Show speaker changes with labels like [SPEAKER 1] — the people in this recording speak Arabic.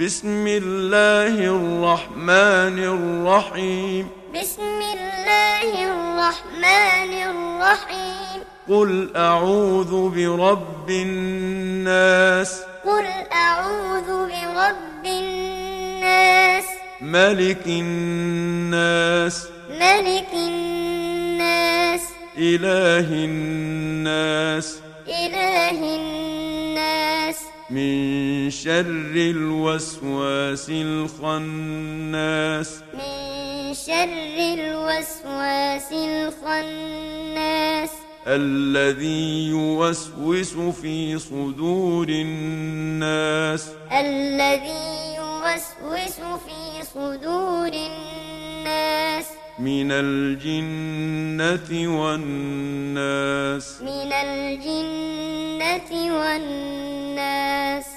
[SPEAKER 1] بسم الله الرحمن الرحيم
[SPEAKER 2] بسم الله الرحمن الرحيم
[SPEAKER 1] قل أعوذ برب الناس
[SPEAKER 2] قل أعوذ برب الناس
[SPEAKER 1] ملك الناس
[SPEAKER 2] ملك الناس
[SPEAKER 1] إله الناس
[SPEAKER 2] إله الناس
[SPEAKER 1] من شر الوسواس الخناس
[SPEAKER 2] من شر الوسواس الخناس
[SPEAKER 1] الذي يوسوس في صدور الناس
[SPEAKER 2] الذي يوسوس في صدور الناس
[SPEAKER 1] من الجنة والناس
[SPEAKER 2] من الجنة والناس